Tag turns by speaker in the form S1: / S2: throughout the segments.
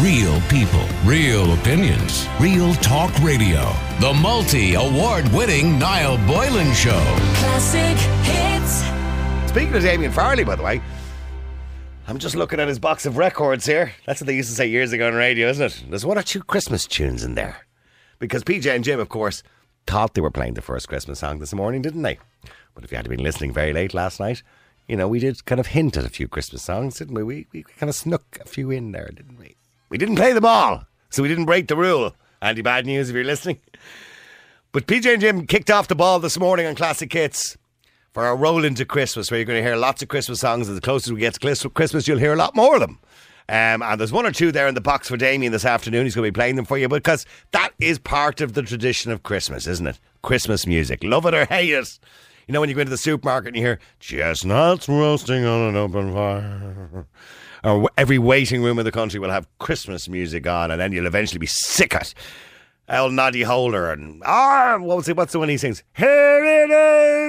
S1: Real people, real opinions, real talk radio. The multi award winning Niall Boylan Show.
S2: Classic hits.
S3: Speaking of Damien Farley, by the way, I'm just looking at his box of records here. That's what they used to say years ago on radio, isn't it? There's one or two Christmas tunes in there. Because PJ and Jim, of course, thought they were playing the first Christmas song this morning, didn't they? But if you had been listening very late last night, you know, we did kind of hint at a few Christmas songs, didn't we? We, we kind of snuck a few in there, didn't we? We didn't play them all, so we didn't break the rule. Andy, bad news if you're listening. But PJ and Jim kicked off the ball this morning on Classic Hits for our roll into Christmas, where you're going to hear lots of Christmas songs. And the closer we get to Clis- Christmas, you'll hear a lot more of them. Um, and there's one or two there in the box for Damien this afternoon. He's going to be playing them for you because that is part of the tradition of Christmas, isn't it? Christmas music. Love it or hate it. You know, when you go into the supermarket and you hear chestnuts roasting on an open fire. Or w- every waiting room in the country will have Christmas music on, and then you'll eventually be sick of it. El Noddy Holder and ah, what was it? What's the one he sings? Here it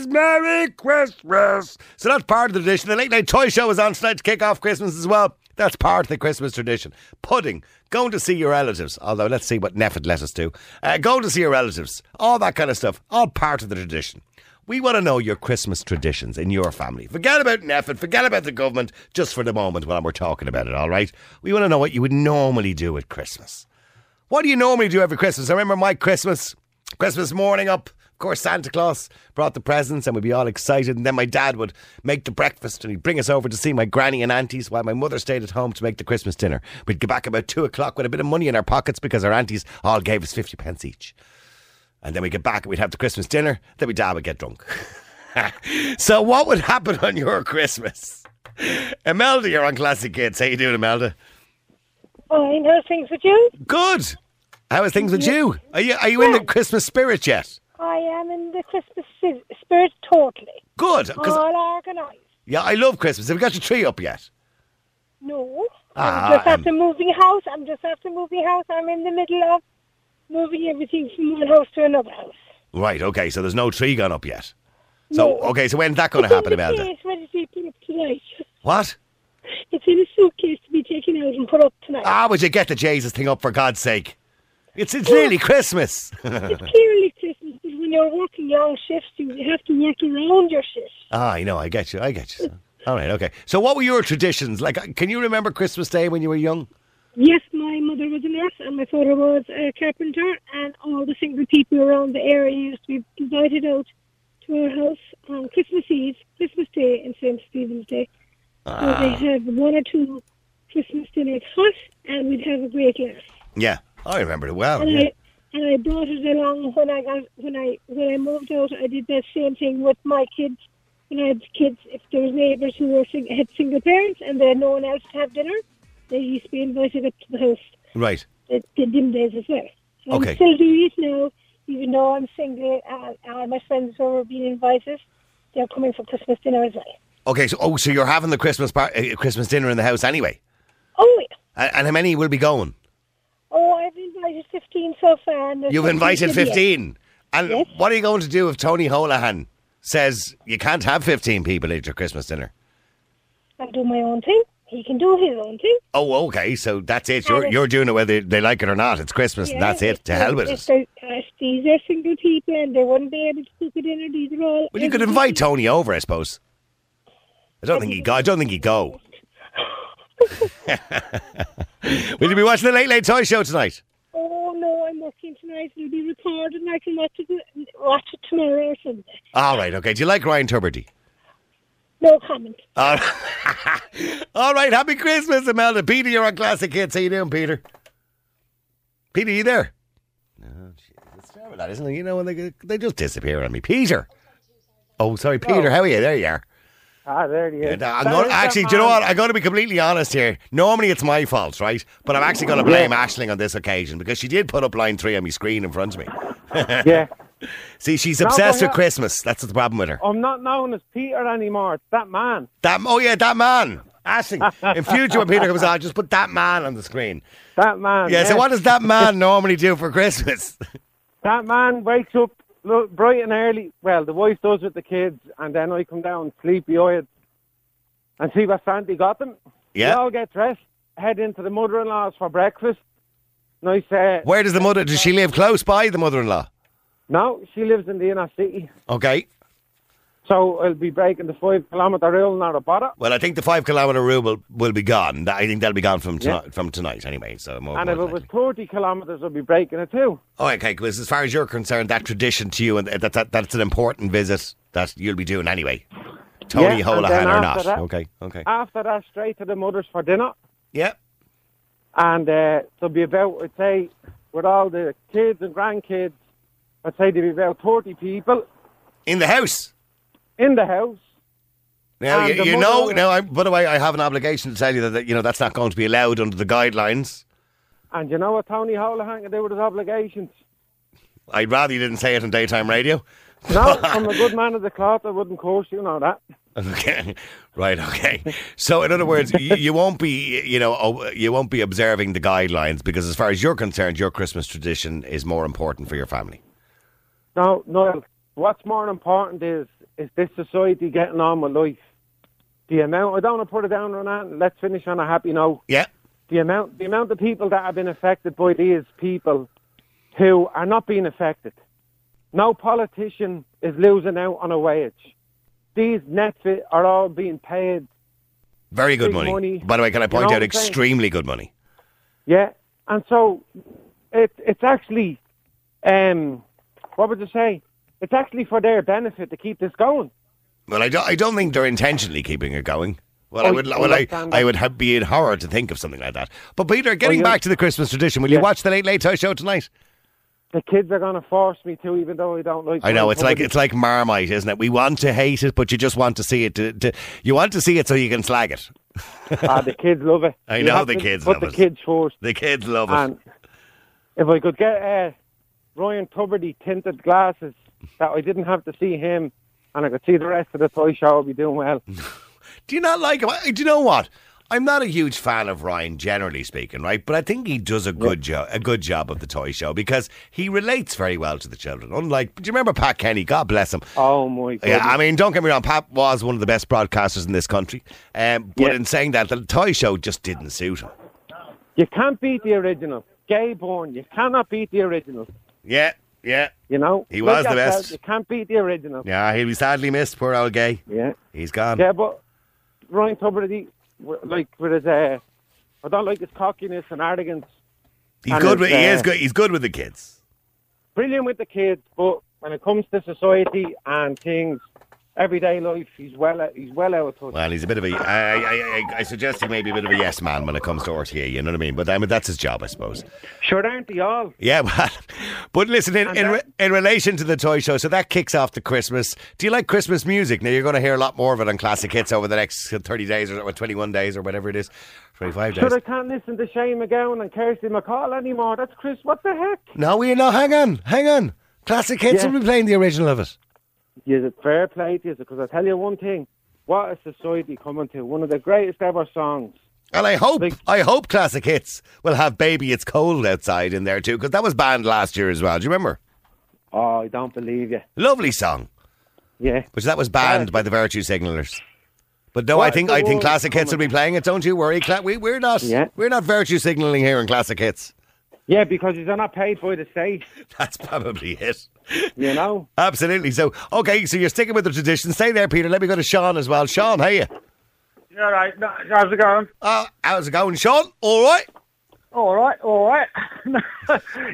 S3: is, Merry Christmas. So that's part of the tradition. The late night toy show is on tonight to kick off Christmas as well. That's part of the Christmas tradition. Pudding, going to see your relatives. Although let's see what Neffet let us do. Uh, going to see your relatives, all that kind of stuff. All part of the tradition. We want to know your Christmas traditions in your family. Forget about Neffet, forget about the government, just for the moment while we're talking about it. All right, we want to know what you would normally do at Christmas. What do you normally do every Christmas? I remember my Christmas, Christmas morning up. Of course, Santa Claus brought the presents and we'd be all excited. And then my dad would make the breakfast and he'd bring us over to see my granny and aunties while my mother stayed at home to make the Christmas dinner. We'd get back about two o'clock with a bit of money in our pockets because our aunties all gave us 50 pence each. And then we'd get back and we'd have the Christmas dinner. Then my dad would get drunk. so, what would happen on your Christmas? Imelda, you're on Classic Kids. How you doing, Imelda?
S4: Fine, how's things with you?
S3: Good. How are things with you? Are you are you in the Christmas spirit yet?
S4: I am in the Christmas si- spirit totally.
S3: Good. 'cause-
S4: All organised.
S3: yeah, I love Christmas. Have you got your tree up yet?
S4: No.
S3: Ah,
S4: I'm just
S3: um,
S4: after moving house. I'm just after moving house. I'm in the middle of moving everything from one house to another house.
S3: Right. Okay. So there's no tree gone up yet. So
S4: No.
S3: okay. So when's that going to
S4: It's in
S3: happen,
S4: the
S3: Imelda?
S4: case ready to be put up tonight.
S3: What?
S4: It's in a suitcase to be taken out and put up tonight.
S3: Ah, would you get the Jesus thing up for God's sake? It's it's nearly Christmas.
S4: It's clearly Christmas, but when you're working long shifts, you have to work around your shifts.
S3: ah, I know. I get you. I get you. All right. Okay. So what were your traditions like? uh, Can you remember Christmas Day when you were young?
S4: Yes, my mother was a nurse and my father was a carpenter, and all the single people around the area used to be invited out to our house on Christmas Eve, Christmas Day, and St. Stephen's Day. So they have one or two Christmas dinners hot, and we'd have a great laugh.
S3: Yeah, I remember it well.
S4: And
S3: yeah.
S4: I and I brought it along when I got when I when I moved out. I did that same thing with my kids. When I had kids, if there was neighbours who were sing, had single parents and they had no one else to have dinner, they used to be invited up to the house
S3: Right.
S4: the, the dim days as well. So
S3: Okay.
S4: I'm still doing it now, even though I'm single. And, and my friends who are being invited, they're coming for Christmas dinner as well.
S3: Okay. So oh, so you're having the Christmas bar- uh, Christmas dinner in the house anyway.
S4: Oh, yeah.
S3: And, and how many will be going?
S4: Oh, I've invited 15 so far. And there's
S3: You've
S4: 15
S3: invited
S4: to be at.
S3: 15. And
S4: Yes.
S3: what are you going to do if Tony Holohan says you can't have 15 people at your Christmas dinner?
S4: I'll do my own thing. He can do his own thing.
S3: Oh, okay. So that's it. You're,
S4: Alex.
S3: you're doing it whether they like it or not. It's Christmas and
S4: Yeah,
S3: that's it.
S4: if
S3: To
S4: they-
S3: hell with
S4: if
S3: it.
S4: they- If uh, these are single people and they wouldn't be able to cook a dinner, these are all.
S3: Well, you could invite Tony over, I suppose. I don't think he'd go. I don't think he'd go. Will you be watching the Late Late Toy Show tonight?
S4: Oh, no, I'm working tonight. It'll be recorded and I can watch it, watch it tomorrow or Sunday.
S3: All right, okay. Do you like Ryan Tuberty?
S4: No comment.
S3: All right. All right, happy Christmas, Imelda. Peter, you're on Classic Hits. How you doing, Peter? Peter, you there? No, jeez, it's terrible, that, isn't it? You know, when they they just disappear on me. Peter. Oh, sorry, Peter. How are you? There you are.
S5: Ah, there he is.
S3: And, uh, I'm
S5: That
S3: gonna-
S5: is the
S3: actually, do you know
S5: man.
S3: what? I'm going to be completely honest here. Normally, it's my fault, right? But I'm actually going to blame Ashling on this occasion because she did put up line three on my screen in front of me.
S5: Yeah,
S3: See, she's
S5: but
S3: obsessed with
S5: yeah.
S3: Christmas. That's the problem with her.
S5: I'm not known as Peter anymore. It's that man.
S3: That oh yeah, that man. Ashling. In future, when Peter comes on, just put that man on the screen.
S5: That man.
S3: Yeah, so what does that man normally do for Christmas?
S5: That man wakes up lo- bright and early. Well, the wife does with the kids, and then I come down sleepy eyed and see what Santa got them.
S3: Yeah.
S5: We all get dressed. head into the mother-in-law's for breakfast. Nice. Uh,
S3: Where does the mother? Does she live close by the mother-in-law?
S5: no, she lives in the inner city,
S3: Okay.
S5: so I'll be breaking the five-kilometre rule, not a bother.
S3: Well, I think the five kilometre rule will, will be gone. That- I think that'll be gone from tonight,
S5: Yeah.
S3: from tonight anyway. So more,
S5: And
S3: more
S5: if it
S3: than
S5: was
S3: likely.
S5: 30 kilometres, I'd be breaking it too.
S3: oh, okay. Because as far as you're concerned, that tradition to you and that, that that's an important visit that you'll be doing anyway. Tony
S5: Yeah, and
S3: Holohan
S5: then
S3: or
S5: after
S3: not?
S5: that- Uh,
S3: okay. Okay.
S5: After that, straight to the mother's for dinner.
S3: yeah.
S5: And uh, there'll be about, I'd say, with all the kids and grandkids, I'd say there'll be about 30 people
S3: In the house.
S5: in the house.
S3: Now
S5: And
S3: you,
S5: the
S3: you know.
S5: mother-
S3: Now, I, by the way, I have an obligation to tell you that, that you know that's not going to be allowed under the guidelines.
S5: And you know what Tony Holohan can do with his obligations?
S3: I'd rather you didn't say it on daytime radio.
S5: No, I'm a good man of the cloth. I wouldn't curse you, know that.
S3: Okay, right. Okay. So, in other words, you, you won't be, you know, oh, you won't be observing the guidelines because, as far as you're concerned, your Christmas tradition is more important for your family.
S5: No, Noel, what's more important is is this society getting on with life. The amount, I don't want to put it down on that. Let's finish on a happy note.
S3: Yeah.
S5: the amount the amount of people that have been affected by these people who are not being affected. No politician is losing out on a wage. These Netflix are all being paid.
S3: Very good
S5: Big
S3: money.
S5: money.
S3: By the way, can I
S5: You
S3: point
S5: know what
S3: out
S5: I'm saying?
S3: extremely good money?
S5: Yeah, and so it it's actually um what would you say? It's actually for their benefit to keep this going.
S3: Well, I don't, I don't think they're intentionally keeping it going. Well, I
S5: Oh,
S3: would,
S5: I
S3: well, I,
S5: understand that. Oh,
S3: I would have, be in horror to think of something like that. But Peter, getting
S5: yeah.
S3: back to the Christmas tradition, will you
S5: Yeah.
S3: watch the Late Late Show show tonight?
S5: The kids are going to force me to, even though I don't like.
S3: I know
S5: doing
S3: it's like
S5: public-
S3: it's like Marmite, isn't it? We want to hate it, but you just want to see it. To, to, you want to see it so you can slag it.
S5: ah, the kids love it.
S3: I
S5: You
S3: know
S5: have
S3: the
S5: to
S3: kids
S5: put
S3: love
S5: the
S3: it.
S5: kids first.
S3: The kids love it.
S5: And if I could get uh, Ryan Tuberty tinted glasses, that I didn't have to see him, and I could see the rest of the toy show, I'd be doing well.
S3: Do you not like him? I- Do you know what? I'm not a huge fan of Ryan, generally speaking, right? But I think he does a good job, a good job of the toy show because he relates very well to the children. Unlike, do you remember Pat Kenny? God bless him.
S5: Oh my god!
S3: Yeah, I mean, don't get me wrong. Pat was one of the best broadcasters in this country, um, but
S5: Yeah.
S3: in saying that, the toy show just didn't suit him.
S5: you can't beat the original. Gay born, you cannot beat the original.
S3: Yeah, yeah,
S5: You know,
S3: He
S5: Look
S3: was the
S5: yourself,
S3: best.
S5: You can't beat the original.
S3: yeah. He'll be sadly missed. Poor old gay.
S5: Yeah,
S3: He's gone.
S5: yeah, but Ryan Tuberty, w- like with his, uh, I don't like his cockiness and arrogance.
S3: He's
S5: And
S3: good. With,
S5: it's,
S3: he is
S5: uh,
S3: good. He's good with the kids.
S5: brilliant with the kids, but when it comes to society and things, everyday life, he's well he's well out of touch.
S3: Well, he's a bit of a. I, I, I, I suggest he may be a bit of a yes man when it comes to RTA. You know what I mean? But I mean that's his job, I suppose.
S5: Sure, aren't they all?
S3: Yeah, well, but listen, in,
S5: And
S3: in, re-
S5: that-
S3: in relation to the toy show, so that kicks off the Christmas. Do you like Christmas music? Now, you're going to hear a lot more of it on Classic Hits over the next 30 days or, or 21 days or whatever it is, 25 days.
S5: Sure, I can't listen to Shane McGowan and Kirsty McCall anymore. That's Chris. What the heck?
S3: No, we no, hang on, hang on. Classic Hits
S5: Yeah.
S3: will be playing the original of it.
S5: Is it fair play to you? Because I tell you one thing, what is society coming to? One of the greatest ever songs.
S3: And I hope,
S5: Like-
S3: I hope Classic Hits will have Baby It's Cold Outside in there too, because that was banned last year as well. Do you remember?
S5: Oh, I don't believe you.
S3: Lovely song.
S5: Yeah.
S3: which that was banned by the virtue signalers. But no, I
S5: What
S3: think
S5: the
S3: I think
S5: world
S3: classic
S5: is
S3: hits will be playing it. Don't you worry, Cla- we we're not
S5: Yeah.
S3: we're not virtue signaling here in classic hits.
S5: Yeah, because you're not paid by the state,
S3: That's probably it.
S5: you know?
S3: Absolutely. So okay, so you're sticking with the tradition. Stay there, Peter. Let me go to Sean as well. Sean, how you?
S6: All right, no, how's it going?
S3: Uh, how's it going, Sean? All right.
S6: All right, all right.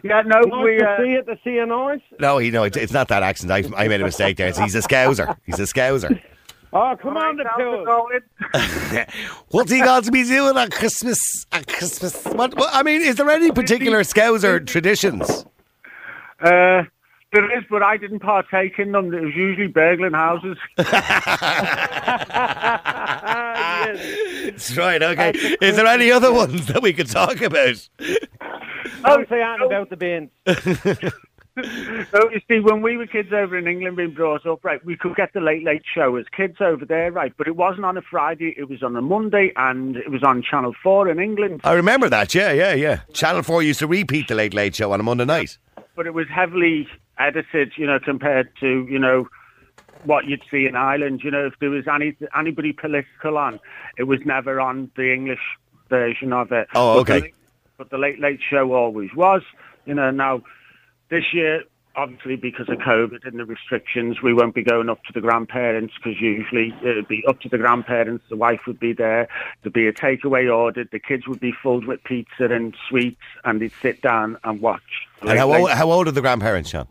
S6: yeah, no,
S5: Nice
S6: we.
S5: to
S6: Uh,
S5: see it, the CNRs.
S3: No, he no, it's, it's not that accent. I, I made a mistake there. He's a scouser. He's a scouser.
S5: Oh, come on, the
S6: how's it
S5: pills.
S6: going?
S3: What's he going to be doing on Christmas? On Christmas? What, what? I mean, is there any particular scouser traditions?
S6: Uh, there is, but I didn't partake in them. It was usually burgling houses.
S3: That's right. Okay. Is there any other ones that we could talk about?
S5: Don't say
S6: Oh.
S5: anything about the bins.
S6: so you see, when we were kids over in England, being brought up, right, we could get the late late show as kids over there, right, but it wasn't on a Friday. It was on a Monday, and it was on Channel Four in England.
S3: I remember that. Yeah, yeah, yeah. Channel Four used to repeat the Late Late Show on a Monday night.
S6: but it was heavily edited, you know, compared to, you know, what you'd see in Ireland. You know, if there was any anybody political on, it was never on the English version of it.
S3: Oh,
S6: But the
S3: okay.
S6: Late- But the Late Late Show always was. You know, now this year, obviously because of COVID and the restrictions, we won't be going up to the grandparents because usually it'd be up to the grandparents. The wife would be there. There'd be a takeaway ordered. The kids would be filled with pizza and sweets, and they'd sit down and watch.
S3: And how old, how old are the grandparents, Sean?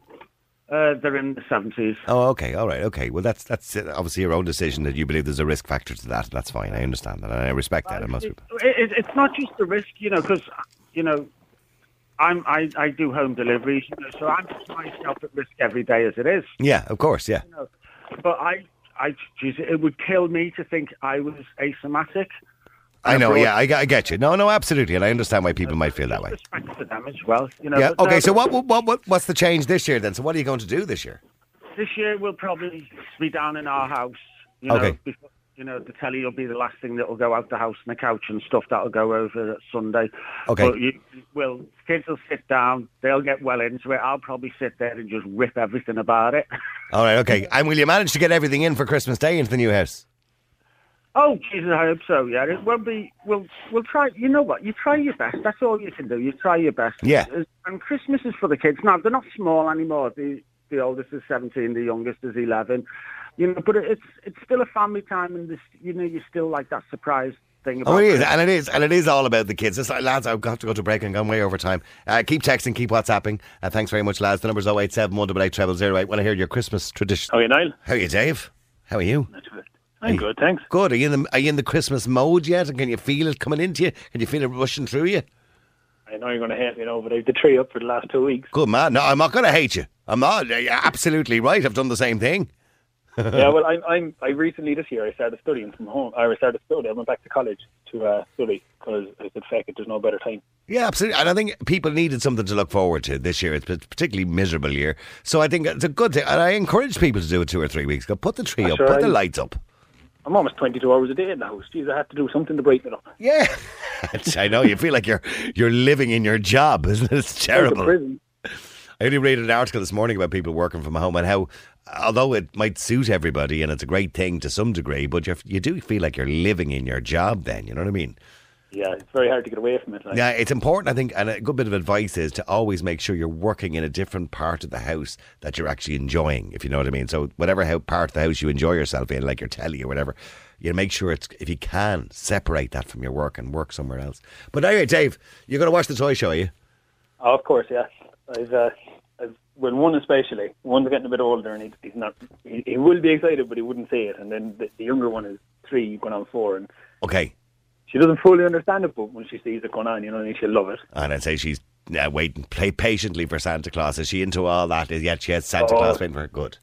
S6: Uh, they're in the seventies.
S3: Oh, okay, all right, okay. Well, that's that's uh, obviously your own decision that you believe there's a risk factor to that. That's fine. I understand that, and I respect that. I must.
S6: It, it, it's not just the risk, you know, because you know, I'm I, I do home deliveries, you know, so I'm putting myself at risk every day as it is.
S3: Yeah, of course. Yeah.
S6: You know. But I I geez, it would kill me to think I was asymptomatic.
S3: I know.
S6: abroad-
S3: Yeah, I, get- I get you. No, no, absolutely, and I understand why people might feel that way.
S6: Respect for them as well, you know.
S3: Yeah.
S6: but
S3: Okay.
S6: no,
S3: So what, what what what's the change this year then? So what are you going to do this year?
S6: This year we'll probably be down in our house, you know.
S3: Okay.
S6: Before, you know, the telly will be the last thing that will go out the house and the couch and stuff that'll go over at Sunday.
S3: Okay.
S6: But you, well, kids will sit down, they'll get well into it. I'll probably sit there and just rip everything about it.
S3: All right. Okay. And will you manage to get everything in for Christmas Day into the new house?
S6: Oh, Jesus, I hope so. Yeah, it won't be. We'll we'll try. You know what? You try your best. That's all you can do. You try your best.
S3: Yeah.
S6: And Christmas is for the kids now. They're not small anymore. The the oldest is seventeen. The youngest is eleven. You know, but it's it's still a family time, and this, you know, you still like that surprise thing. About
S3: Oh, it is,
S6: Christmas.
S3: and it is, and it is all about the kids. It's like, lads, I've got to go to break and gone way over time. Uh, keep texting, keep WhatsApping. Uh, thanks very much, lads. The number's 087 188 Want to hear your Christmas tradition?
S7: How are you, Niall?
S3: How are you, Dave? How are you?
S7: That's good. I'm good, thanks.
S3: Good. Are you in the Are you in the Christmas mode yet? And can you feel it coming into you? Can you feel it rushing through you?
S7: I know you're going to hate me now, but I have the tree up for the last two weeks.
S3: Good man. No, I'm not going to hate you. I'm not. You're absolutely right. I've done the same thing.
S7: yeah, well, I'm, I'm, I recently this year I started studying from home. I started studying. I went back to college to uh, study because I said, "Fuck it, there's no better time."
S3: Yeah, absolutely. And I think people needed something to look forward to this year. It's been a particularly miserable year. So I think it's a good thing. And I encourage people to do it two or three weeks ago. Put the tree up,
S7: sure
S3: put the
S7: I'm-
S3: lights up.
S7: I'm almost 22 hours a day in the house. Jeez, I had to do something to brighten it up. Like
S3: Yeah. I know. You feel like you're you're living in your job, isn't it? It's
S7: a
S3: terrible.
S7: prison.
S3: I only read an article this morning about people working from home and how, although it might suit everybody and it's a great thing to some degree, but you you do feel like you're living in your job. Then you know what I mean.
S7: Yeah, it's very hard to get away from it. Like.
S3: Yeah, it's important. I think, and a good bit of advice is to always make sure you're working in a different part of the house that you're actually enjoying. If you know what I mean. So whatever how part of the house you enjoy yourself in, like your telly or whatever, you make sure it's if you can separate that from your work and work somewhere else. But anyway, Dave, you're going to watch the toy show, are you?
S7: Oh, of course, yeah. I've, uh, I've, well, one especially. One's getting a bit older, and he, he's not. He, he will be excited, but he wouldn't say it. And then the, the younger one is three, going on four, and
S3: Okay.
S7: she doesn't fully understand it, but when she sees it going on, you know, and she'll love it.
S3: And I'd say she's uh, waiting, play patiently for Santa Claus. Is she into all that? Is yet she has Santa
S7: Oh.
S3: Claus waiting for her? Good.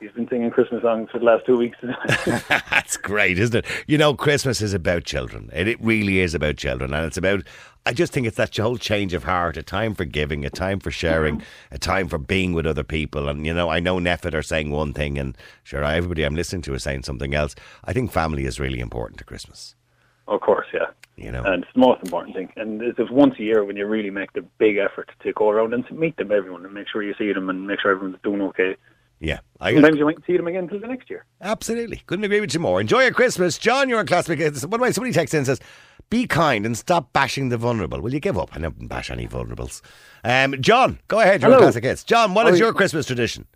S7: She's been singing Christmas songs for the last two weeks.
S3: That's great, isn't it? You know, Christmas is about children. It, it really is about children. And it's about, I just think it's that whole change of heart a time for giving, a time for sharing, a time for being with other people. And, you know, I know Neffet are saying one thing, and sure, everybody I'm listening to is saying something else. I think family is really important to Christmas,
S7: of course, yeah.
S3: you know.
S7: And it's the most important thing. And it's it's once a year when you really make the big effort to go around and to meet them, everyone, and make sure you see them and make sure everyone's doing okay.
S3: yeah. I,
S7: Sometimes you might see them again until the next year.
S3: Absolutely. Couldn't agree with you more. Enjoy your Christmas. John, you're a classic. By the way, somebody texts in and says, be kind and stop bashing the vulnerable. Will you give up? I never bash any vulnerables. Um, John, go ahead. You're a
S8: Hello.
S3: classic guest. John, what is
S8: Hi.
S3: your Christmas tradition?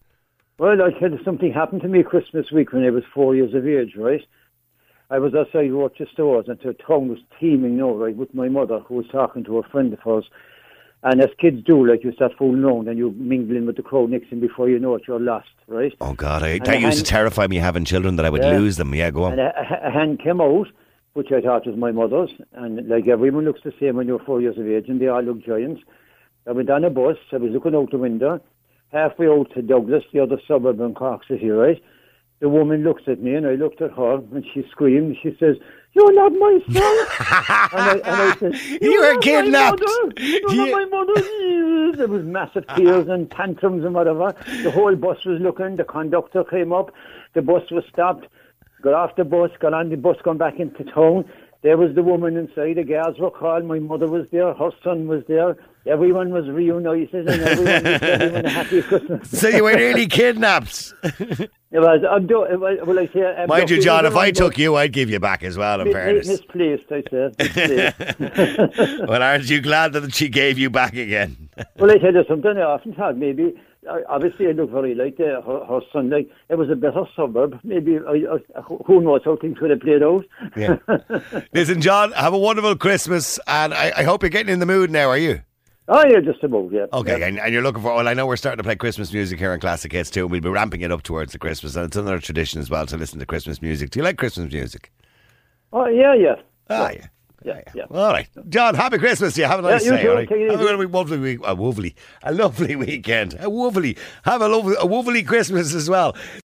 S8: Well, I tell you, something happened to me Christmas week when I was four years of age, right? I was outside Rochester Stores and the town was teeming now, right, with my mother who was talking to a friend of hers. And as kids do, like, you start fooling around and you mingle in with the crowd next thing before you know it, you're lost, right?
S3: Oh, God. I, that used to
S8: and-
S3: terrify me having children that I would
S8: Yeah.
S3: lose them. Yeah, go
S8: And
S3: on.
S8: a, a- a hand came out, which I thought was my mother's. And like everyone looks the same when you're four years of age, and they all look giants. I went on a bus. I was looking out the window. Halfway out to Douglas, the other suburb in Cork City, right? The woman looks at me, and I looked at her, and she screamed. She says, "You're not my son!" and, I, and I said,
S3: You were
S8: not my
S3: kidnapped."
S8: mother. You're
S3: Yeah.
S8: not my mother!" There was massive tears and tantrums and whatever. The whole bus was looking. The conductor came up. The bus was stopped got off the bus, got on the bus, gone back into town.
S6: There was the woman inside. The girls were called. My mother was there. Her son was there. Everyone was reunited and everyone was everyone a happy Christmas.
S3: So you were nearly kidnapped.
S6: It was, abdu- it was, well, I say,
S3: Mind you,
S6: abducted,
S3: John, if I
S6: but-
S3: took you, I'd give you back as well, in
S6: mi- mi-
S3: fairness.
S6: Misplaced, I said. Misplaced.
S3: Well, aren't you glad that she gave you back again?
S6: Well, I tell you something, I often thought maybe, I- obviously I look very like the, her, her son, like, it was a better suburb. Maybe, I, I, who knows how things would have played out.
S3: Yeah. Listen, John, have a wonderful Christmas, and I, I hope you're getting in the mood now, are you?
S6: Oh, yeah, just about, yeah.
S3: Okay, and, and you're looking for. Well, I know we're starting to play Christmas music here on Classic Hits too. and We'll be ramping it up towards the Christmas, and it's another tradition as well to listen to Christmas music. Do you like Christmas music?
S6: Oh, yeah, yeah.
S3: Ah, yeah.
S6: Yeah, yeah.
S3: All right, John. Happy Christmas to you. Have a nice
S6: you
S3: day.
S6: too.
S3: all right?
S6: Take it
S3: Have a
S6: easy.
S3: lovely, lovely week. A lovely, a lovely weekend. A lovely. Have a lovely, a lovely Christmas as well.